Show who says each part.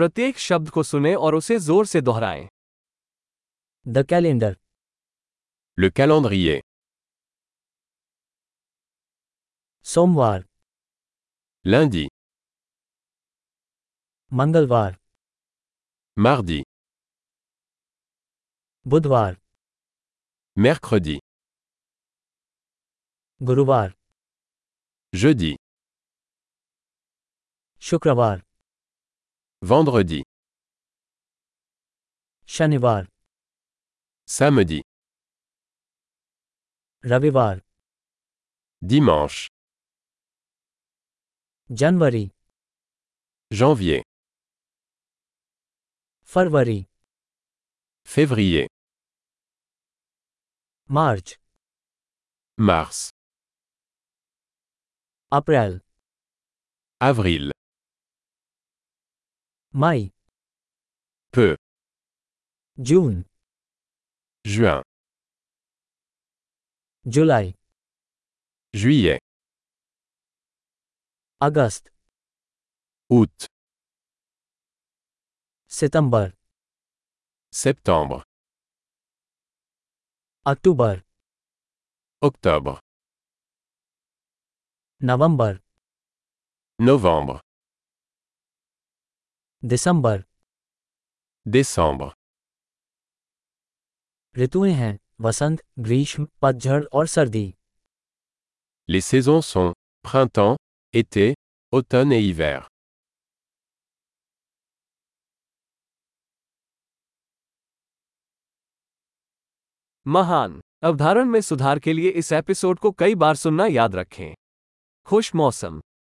Speaker 1: प्रत्येक शब्द को सुने और उसे जोर से दोहराएं
Speaker 2: The calendar.
Speaker 3: Le calendrier.
Speaker 2: सोमवार
Speaker 3: Lundi,
Speaker 2: मंगलवार
Speaker 3: mardi,
Speaker 2: बुधवार
Speaker 3: mercredi,
Speaker 2: गुरुवार
Speaker 3: jeudi,
Speaker 2: शुक्रवार
Speaker 3: vendredi,
Speaker 2: शनिवार
Speaker 3: samedi,
Speaker 2: रविवार
Speaker 3: dimanche,
Speaker 2: जनवरी
Speaker 3: janvier,
Speaker 2: फरवरी
Speaker 3: février,
Speaker 2: मार्च
Speaker 3: mars,
Speaker 2: अप्रैल
Speaker 3: avril,
Speaker 2: मई
Speaker 3: peu,
Speaker 2: जून
Speaker 3: juin,
Speaker 2: जुलाई
Speaker 3: juillet,
Speaker 2: अगस्त
Speaker 3: août,
Speaker 2: सितंबर
Speaker 3: septembre,
Speaker 2: अक्टूबर
Speaker 3: octobre,
Speaker 2: नवंबर
Speaker 3: novembre,
Speaker 2: दिसंबर
Speaker 3: décembre,
Speaker 2: ऋतुएं हैं वसंत ग्रीष्म पतझड़ और सर्दी
Speaker 3: les saisons sont printemps, été, automne et hiver.
Speaker 1: महान अवधारण में सुधार के लिए इस एपिसोड को कई बार सुनना याद रखें खुश मौसम